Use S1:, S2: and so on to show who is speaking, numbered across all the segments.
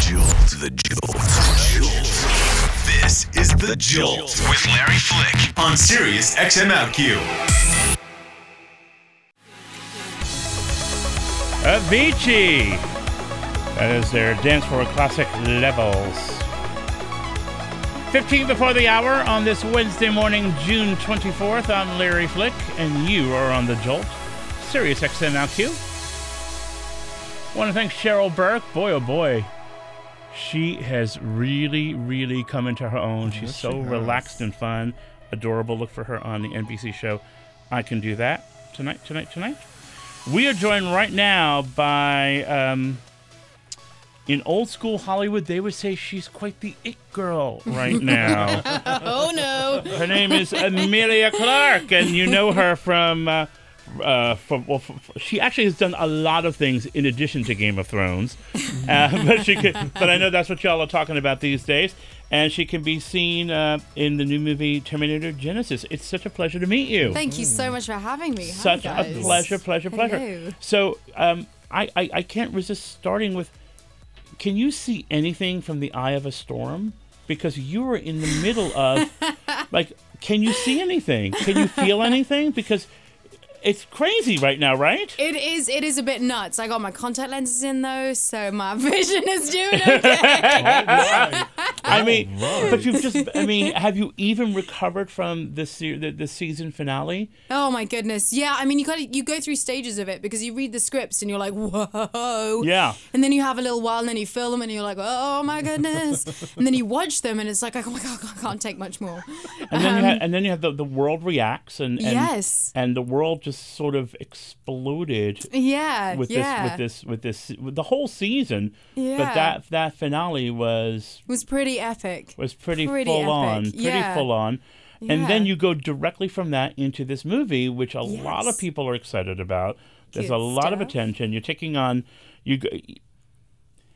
S1: Jolt. The Jolt. Jolt. This is The Jolt with Larry Flick on Sirius XMLQ.
S2: Avicii. That is their dance floor classic levels. 15 before the hour on this Wednesday morning, June 24th. I'm Larry Flick, and you are on The Jolt, Sirius XM XMLQ. Want to thank Cheryl Burke. Boy, oh boy. She has really, really come into her own. She's so relaxed and fun, adorable. Look for her on the NBC show. I can do that tonight, tonight, tonight. We are joined right now by, um, in old school Hollywood, they would say she's quite the it girl right now.
S3: Oh no.
S2: her name is Amelia Clark, and you know her from. Uh, uh, from, well, f f- she actually has done a lot of things in addition to Game of Thrones, uh, but she could, but I know that's what y'all are talking about these days. And she can be seen uh, in the new movie Terminator Genesis. It's such a pleasure to meet you
S3: Thank you so much for having me. Hi,
S2: such
S3: guys.
S2: a pleasure, pleasure, pleasure.
S3: Hello.
S2: So um, I, I, I can't resist starting with can you see anything from the eye of a storm? Because you were in the middle of, like, can you see anything? Can you feel anything? Because it's crazy right now, right?
S3: It is it is a bit nuts. I got my contact lenses in though, so my vision is doing okay.
S2: I mean, but you've just, I mean, have you even recovered from the, se- the, the season finale?
S3: oh my goodness. Yeah, I mean you gotta you go through stages of it because you read the scripts and you're like, whoa.
S2: Yeah.
S3: And then you have a little while and then you film and you're like, oh my goodness. and then you watch them and it's like, oh my god, I can't take much more.
S2: And then, you, have, and then you have the, the world reacts and, and,
S3: Um, Yes.
S2: and the world just sort of exploded
S3: Yeah.
S2: with
S3: Uh, yeah.
S2: this with this with this with the whole season. But
S3: Yeah.
S2: that that finale was
S3: It was pretty epic.
S2: was pretty,
S3: Pretty
S2: full
S3: epic,
S2: on, pretty
S3: yeah.
S2: full on. And then
S3: Yeah.
S2: you go directly from that into this movie, which a lot of
S3: Yes.
S2: people are excited about. There's a
S3: Cute
S2: lot of
S3: stuff.
S2: attention. You're taking on you. g-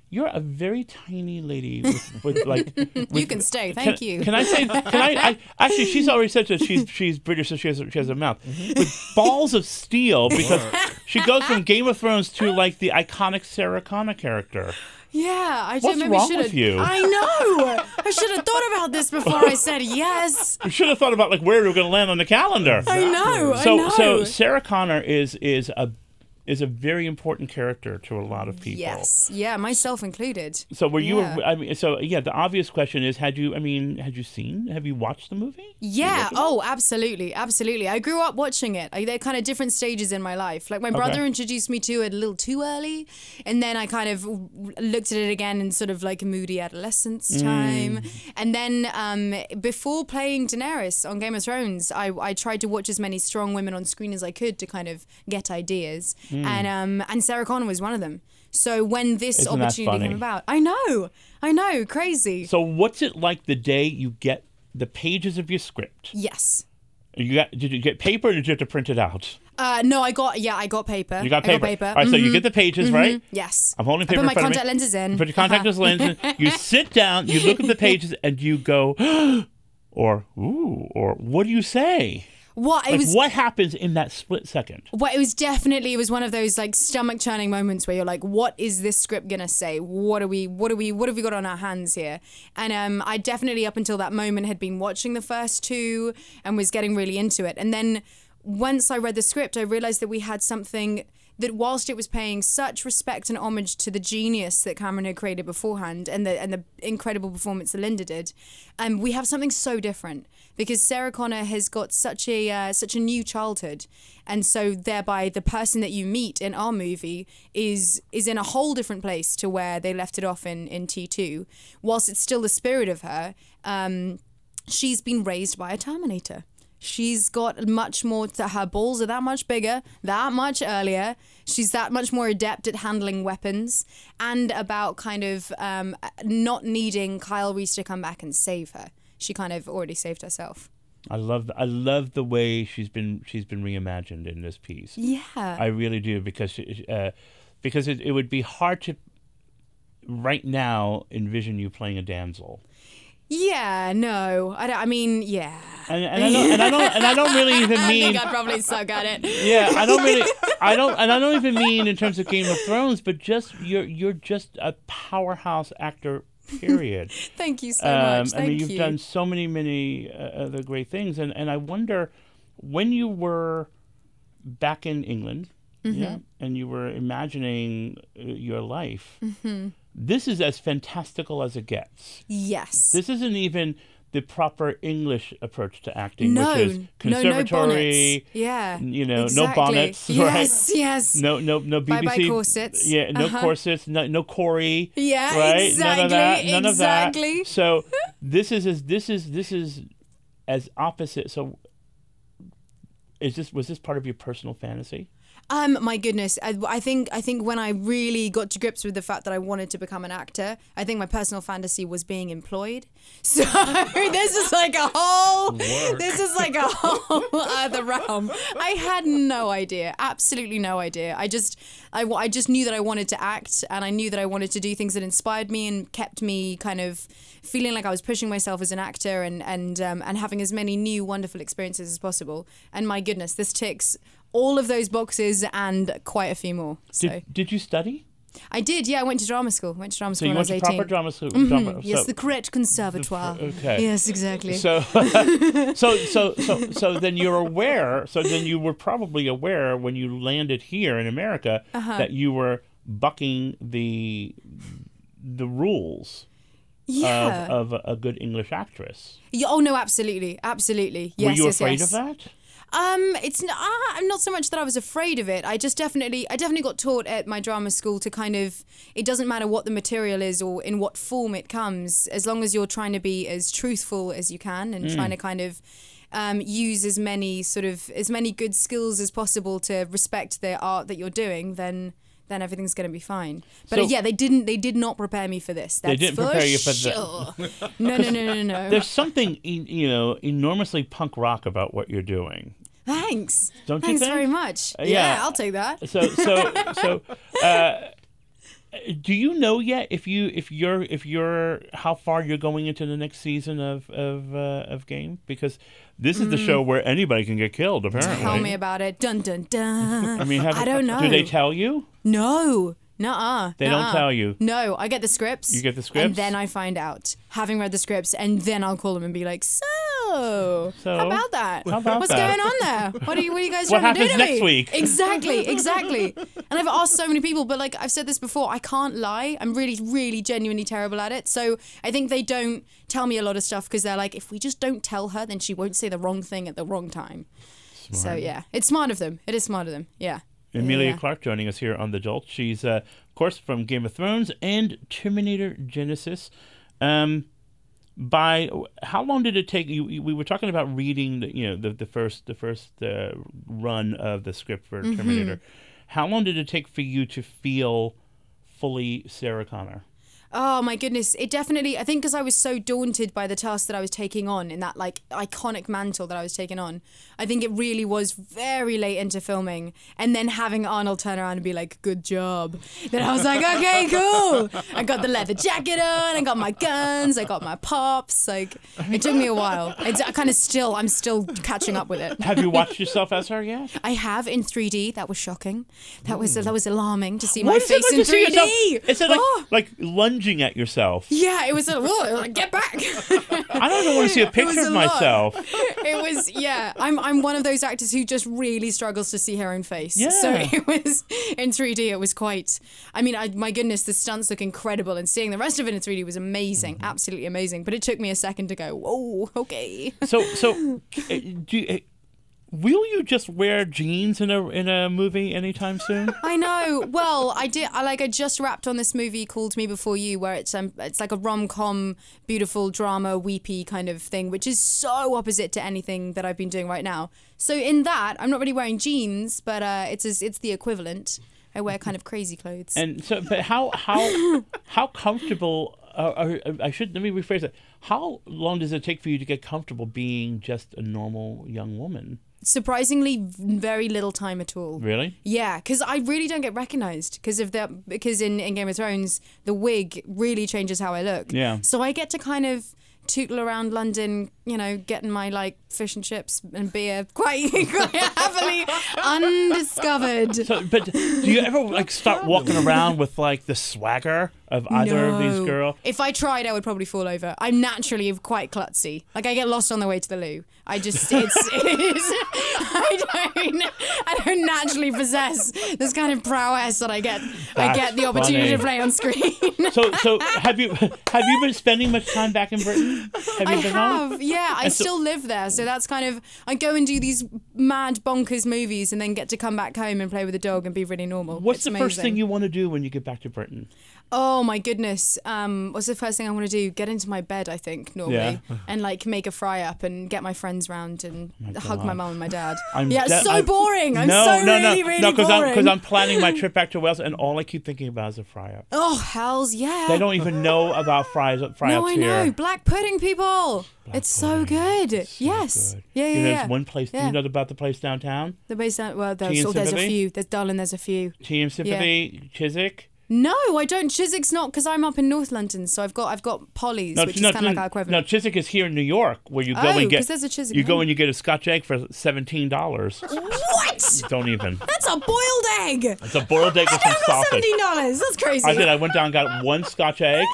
S2: You're a very tiny lady with, with like.
S3: you can stay, thank
S2: can,
S3: you.
S2: Can I say? Can I, I? Actually, she's already said that she's she's British, so she has a, she has a mouth
S3: Mm-hmm.
S2: with balls of steel because she goes from Game of Thrones to like the iconic Sarah Connor character.
S3: Yeah, I should,
S2: What's
S3: maybe
S2: wrong
S3: should
S2: with
S3: have.
S2: you?
S3: I know. I should have thought about this before I said yes.
S2: We should have thought about like where we were going to land on the calendar.
S3: I know. I
S2: So
S3: know.
S2: so Sarah Connor is is a is a very important character to a lot of people.
S3: yes, yeah, myself included.
S2: So were you?
S3: Yeah.
S2: I mean, so yeah. The obvious question is, had you? I mean, had you seen? Have you watched the movie?
S3: Yeah. Oh, absolutely, absolutely. I grew up watching it. I, they're kind of different stages in my life. Like my brother introduced me to it a little too early, and then I kind of w- looked at it again in sort of like a moody adolescence
S2: Mm.
S3: time. And then um, before playing Daenerys on Game of Thrones, I, I tried to watch as many strong women on screen as I could to kind of get ideas,
S2: Mm.
S3: and um, and Sarah Connor was one of them. So when this
S2: Isn't that
S3: opportunity
S2: funny?
S3: came about, I know, I know, crazy.
S2: So what's it like the day you get the pages of your script?
S3: yes.
S2: You got? Did you get paper, or did you have to print it out?
S3: Uh, no, I got yeah, I got paper.
S2: You got
S3: I
S2: paper.
S3: got paper. Mm-hmm.
S2: All right, so you get the pages, right?
S3: Yes.
S2: I'm holding paper.
S3: I
S2: in
S3: put my
S2: front of me.
S3: contact lenses in.
S2: You put your contact lenses in. You sit down. You look at the pages, and you go, or ooh, or what do you say?
S3: What it
S2: Like,
S3: was.
S2: what happens in that split second?
S3: What it was definitely it was one of those like stomach churning moments where you're like, what is this script gonna say? What are we? What are we? What have we got on our hands here? And um, I definitely up until that moment had been watching the first two and was getting really into it. And then once I read the script, I realized that we had something that whilst it was paying such respect and homage to the genius that Cameron had created beforehand and the and the incredible performance that Linda did, um, we have something so different because Sarah Connor has got such a uh, such a new childhood, and so thereby the person that you meet in our movie is is in a whole different place to where they left it off in in T two, whilst it's still the spirit of her. Um, she's been raised by a Terminator. She's got much more to her balls are that much bigger, that much earlier. She's that much more adept at handling weapons and about kind of um, not needing Kyle Reese to come back and save her. She kind of already saved herself.
S2: I love I love the way she's been she's been reimagined in this piece.
S3: Yeah.
S2: I really do because she- uh, because it, it would be hard to right now envision you playing a damsel.
S3: yeah, no. I, don't- I mean, yeah.
S2: and, and I don't and I don't and I don't really even
S3: I
S2: mean
S3: think I'd probably suck at it.
S2: yeah I don't really I don't and I don't even mean in terms of Game of Thrones, but just you're you're just a powerhouse actor. Period.
S3: Thank you so
S2: Um,
S3: much.
S2: I
S3: Thank
S2: mean, you've
S3: you.
S2: done so many, many uh, other great things, and and I wonder when you were back in England,
S3: Mm-hmm.
S2: yeah, and you were imagining uh, your life.
S3: Mm-hmm.
S2: This is as fantastical as it gets.
S3: yes.
S2: This isn't even the proper English approach to acting,
S3: no,
S2: which is
S3: no, no
S2: conservatory.
S3: bonnets. Yeah.
S2: you know, no
S3: exactly.
S2: bonnets, right?
S3: Yes, yes.
S2: No, no, no BBC.
S3: Bye-bye corsets.
S2: Yeah, no
S3: Uh-huh.
S2: corsets. No, no Corey.
S3: Yeah,
S2: right. None of that.
S3: exactly,
S2: None of
S3: exactly.
S2: that. So this is as this is this is as opposite. So is this was this part of your personal fantasy?
S3: Um, my goodness, I, I think I think when I really got to grips with the fact that I wanted to become an actor, I think my personal fantasy was being employed. So this is like a whole, this is like a whole other realm. I had no idea, absolutely no idea. I just, I, wa- I just knew that I wanted to act, and I knew that I wanted to do things that inspired me and kept me kind of feeling like I was pushing myself as an actor and and um, and having as many new wonderful experiences as possible. And my goodness, this ticks all of those boxes and quite a few more. So
S2: Did Did you study?
S3: I did, yeah. I went to drama school. Went to drama
S2: So
S3: school
S2: you
S3: when I
S2: went
S3: was
S2: to
S3: eighteen.
S2: proper
S3: Mm-hmm.
S2: drama school. drama-
S3: yes,
S2: so,
S3: the correct conservatoire.
S2: okay.
S3: Yes, exactly.
S2: so, so, so, so, so then you're aware. So then you were probably aware when you landed here in America
S3: Uh-huh.
S2: that you were bucking the the rules
S3: yeah.
S2: of, of a good English actress.
S3: Yeah, Oh no, absolutely, absolutely. Yes,
S2: were you
S3: yes,
S2: afraid of
S3: yes.
S2: that?
S3: Um, it's n- ah, not so much that I was afraid of it. I just definitely, I definitely got taught at my drama school to kind of. It doesn't matter what the material is or in what form it comes, as long as you're trying to be as truthful as you can and trying
S2: Mm.
S3: to kind of. Um, use as many sort of as many good skills as possible to respect the art that you're doing, then then everything's going to be fine. But uh,
S2: So-
S3: yeah, they didn't they did not prepare me for this. That's
S2: didn't
S3: for
S2: prepare you for the-
S3: sure. no, no, no, no, no, no.
S2: There's something en- you know enormously punk rock about what you're doing.
S3: Thanks.
S2: Don't you
S3: Thanks
S2: think? Uh,
S3: very much.
S2: yeah.
S3: yeah, I'll take that.
S2: So so so. Uh, do you know yet if you if you're if you're how far you're going into the next season of of uh, of game because this is the show where anybody can get killed apparently.
S3: Mm. Tell me about it. Dun dun dun.
S2: I mean, have,
S3: I don't know.
S2: Do they tell you?
S3: no. Nuh-uh.
S2: They don't
S3: Nuh-uh.
S2: tell you.
S3: No, I get the scripts.
S2: You get the
S3: And
S2: scripts?
S3: then I find out, having read the scripts, and then I'll call them and be like, so,
S2: So?
S3: how about that?
S2: How about
S3: What's
S2: that?"
S3: going on there? What are you, what are you guys
S2: What
S3: trying to do to
S2: happens next
S3: me?
S2: week?
S3: Exactly, exactly. and I've asked so many people, but like I've said this before, I can't lie. I'm really, really genuinely terrible at it. So I think they don't tell me a lot of stuff because they're like, if we just don't tell her, then she won't say the wrong thing at the wrong time. So yeah, it's smart of them. It is smart of them. Yeah.
S2: Amelia
S3: Yeah.
S2: Clark joining us here on The Jolt. She's, uh, of course, from Game of Thrones and Terminator Genesis. Um, by how long did it take? You, you- we were talking about reading, the, you know, the, the first the first uh, run of the script for
S3: Mm-hmm.
S2: Terminator. How long did it take for you to feel fully Sarah Connor?
S3: Oh my goodness! It definitely. I think because I was so daunted by the task that I was taking on in that like iconic mantle that I was taking on, I think it really was very late into filming, and then having Arnold turn around and be like, "Good job," then I was like, "Okay, cool." I got the leather jacket on. I got my guns. I got my pops. Like it took me a while. It's, I kind of still. I'm still catching up with it.
S2: Have you watched yourself as her yet?
S3: I have in 3D. That was shocking. That was that was alarming to see my
S2: What Hmm. is it like
S3: face in
S2: to see
S3: 3D.
S2: yourself- It's like
S3: Oh.
S2: like lunging at yourself.
S3: Yeah, it was a whoa, like, get back.
S2: I don't even want to see a
S3: It was
S2: picture of
S3: a lot.
S2: myself.
S3: it was yeah. I'm I'm one of those actors who just really struggles to see her own face. So
S2: Yeah.
S3: it was in 3D. It was quite. I mean, I, my goodness, the stunts look incredible, and seeing the rest of it in 3D was amazing,
S2: Mm-hmm.
S3: absolutely amazing. But it took me a second to go, whoa, okay.
S2: So so, uh, do you, uh, will you just wear jeans in a in a movie anytime soon?
S3: I know. Well, I did. I like. I just wrapped on this movie called Me Before You, where it's um, it's like a rom com, beautiful drama, weepy kind of thing, which is so opposite to anything that I've been doing right now. So in that, I'm not really wearing jeans, but uh, it's as, it's the equivalent. I wear kind of crazy clothes.
S2: And so, but how how how comfortable? Uh, are- I should let me rephrase that. How long does it take for you to get comfortable being just a normal young woman?
S3: Surprisingly, very little time at all.
S2: Really?
S3: Yeah, because I really don't get recognised because of that. Because in, in Game of Thrones, the wig really changes how I look.
S2: Yeah.
S3: So I get to kind of tootle around London, you know, getting my like fish and chips and beer quite, quite happily undiscovered.
S2: So, but do you ever like start walking around with like the swagger of either of these
S3: No.
S2: girls?
S3: If I tried, I would probably fall over. I'm naturally quite klutzy. Like I get lost on the way to the loo. I just it's, it's I don't I don't naturally possess this kind of prowess that I get I
S2: That's
S3: get the
S2: funny.
S3: opportunity to play on screen.
S2: So, so have you have you been spending much time back in Britain? Have you
S3: I
S2: been home?
S3: have, yeah. I
S2: And so-
S3: still live there, so that's kind of I go and do these mad bonkers movies, and then get to come back home and play with the dog and be really normal.
S2: What's
S3: It's
S2: the first
S3: amazing.
S2: thing you want to do when you get back to Britain?
S3: Oh my goodness. Um, what's the first thing I want to do? Get into my bed, I think, normally.
S2: Yeah. Oh
S3: And like make a fry up and get my friends round and hug my
S2: God.
S3: mum and my dad.
S2: I'm
S3: yeah, it's
S2: de-
S3: so
S2: I'm-
S3: boring. I'm
S2: no,
S3: so
S2: no,
S3: really,
S2: no,
S3: really
S2: no,
S3: boring.
S2: I'm because I'm planning my trip back to Wales, and all I keep thinking about is a fry up.
S3: Oh hells yeah.
S2: They don't even know about fries fry
S3: no,
S2: ups
S3: I
S2: here.
S3: know. Black pudding people. it's so good.
S2: So
S3: yes.
S2: good.
S3: Yeah, yeah,
S2: You know,
S3: yeah.
S2: there's one place. do
S3: Yeah.
S2: You know about the place downtown,
S3: The base down, well,
S2: Tea
S3: there's,
S2: and
S3: oh, there's a
S2: sympathy?
S3: few. There's darling, there's a few.
S2: TM Sympathy, Chiswick.
S3: No, I don't. Chiswick's not because I'm up in North London, so I've got I've got Polly's,
S2: No,
S3: which
S2: no,
S3: is kind of like our
S2: no,
S3: equivalent.
S2: Chiswick is here in New York, where you go
S3: Oh,
S2: and get
S3: 'cause there's a Chiswick
S2: You
S3: in
S2: go
S3: London.
S2: and you get a Scotch egg for seventeen dollars.
S3: What?
S2: don't even.
S3: That's a boiled egg.
S2: It's a boiled egg with some sausage.
S3: seventeen dollars. That's crazy.
S2: I did. I went down, and got one Scotch egg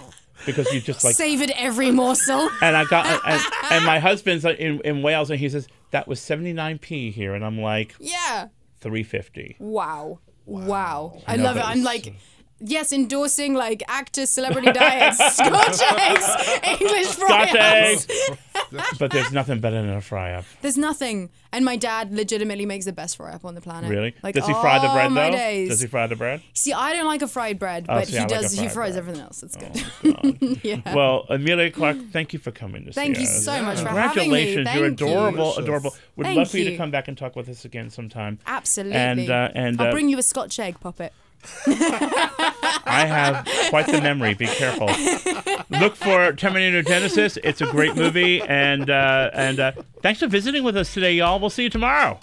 S2: because you just like,
S3: Savored every morsel.
S2: and I got, and, and my husband's like in, in Wales, and he says that was seventy nine p here, and I'm like
S3: Yeah.
S2: three fifty.
S3: Wow. Wow. I,
S2: know,
S3: love it.
S2: that
S3: I'm
S2: was-
S3: like. Yes, endorsing like actor celebrity diets, Scotch eggs, English fry
S2: Scotch eggs,
S3: ups.
S2: but there's nothing better than a fry up.
S3: There's nothing, and my dad legitimately makes the best fry up on the planet.
S2: Really?
S3: Like,
S2: Does he fry the
S3: oh,
S2: bread
S3: my
S2: though?
S3: days.
S2: Does he fry the bread?
S3: See, I don't like a fried bread, but
S2: see,
S3: he
S2: I like a
S3: does. he
S2: fried
S3: fries
S2: bread. Oh.
S3: everything else. It's good. yeah.
S2: Well, Amelia Clark, thank you for coming to
S3: Thank
S2: see
S3: you
S2: us.
S3: so much for having me.
S2: Congratulations, you're
S3: Thank you.
S2: adorable,
S4: Delicious.
S2: adorable. Would
S3: Thank
S2: love for you. to
S3: you.
S2: come back and talk with us again sometime.
S3: Absolutely.
S2: And uh, and
S3: I'll
S2: uh,
S3: bring you a Scotch egg poppet.
S2: I have quite the memory. Be careful. Look for Terminator Genesis. It's a great movie. And uh, and uh, thanks for visiting with us today, y'all. We'll see you tomorrow.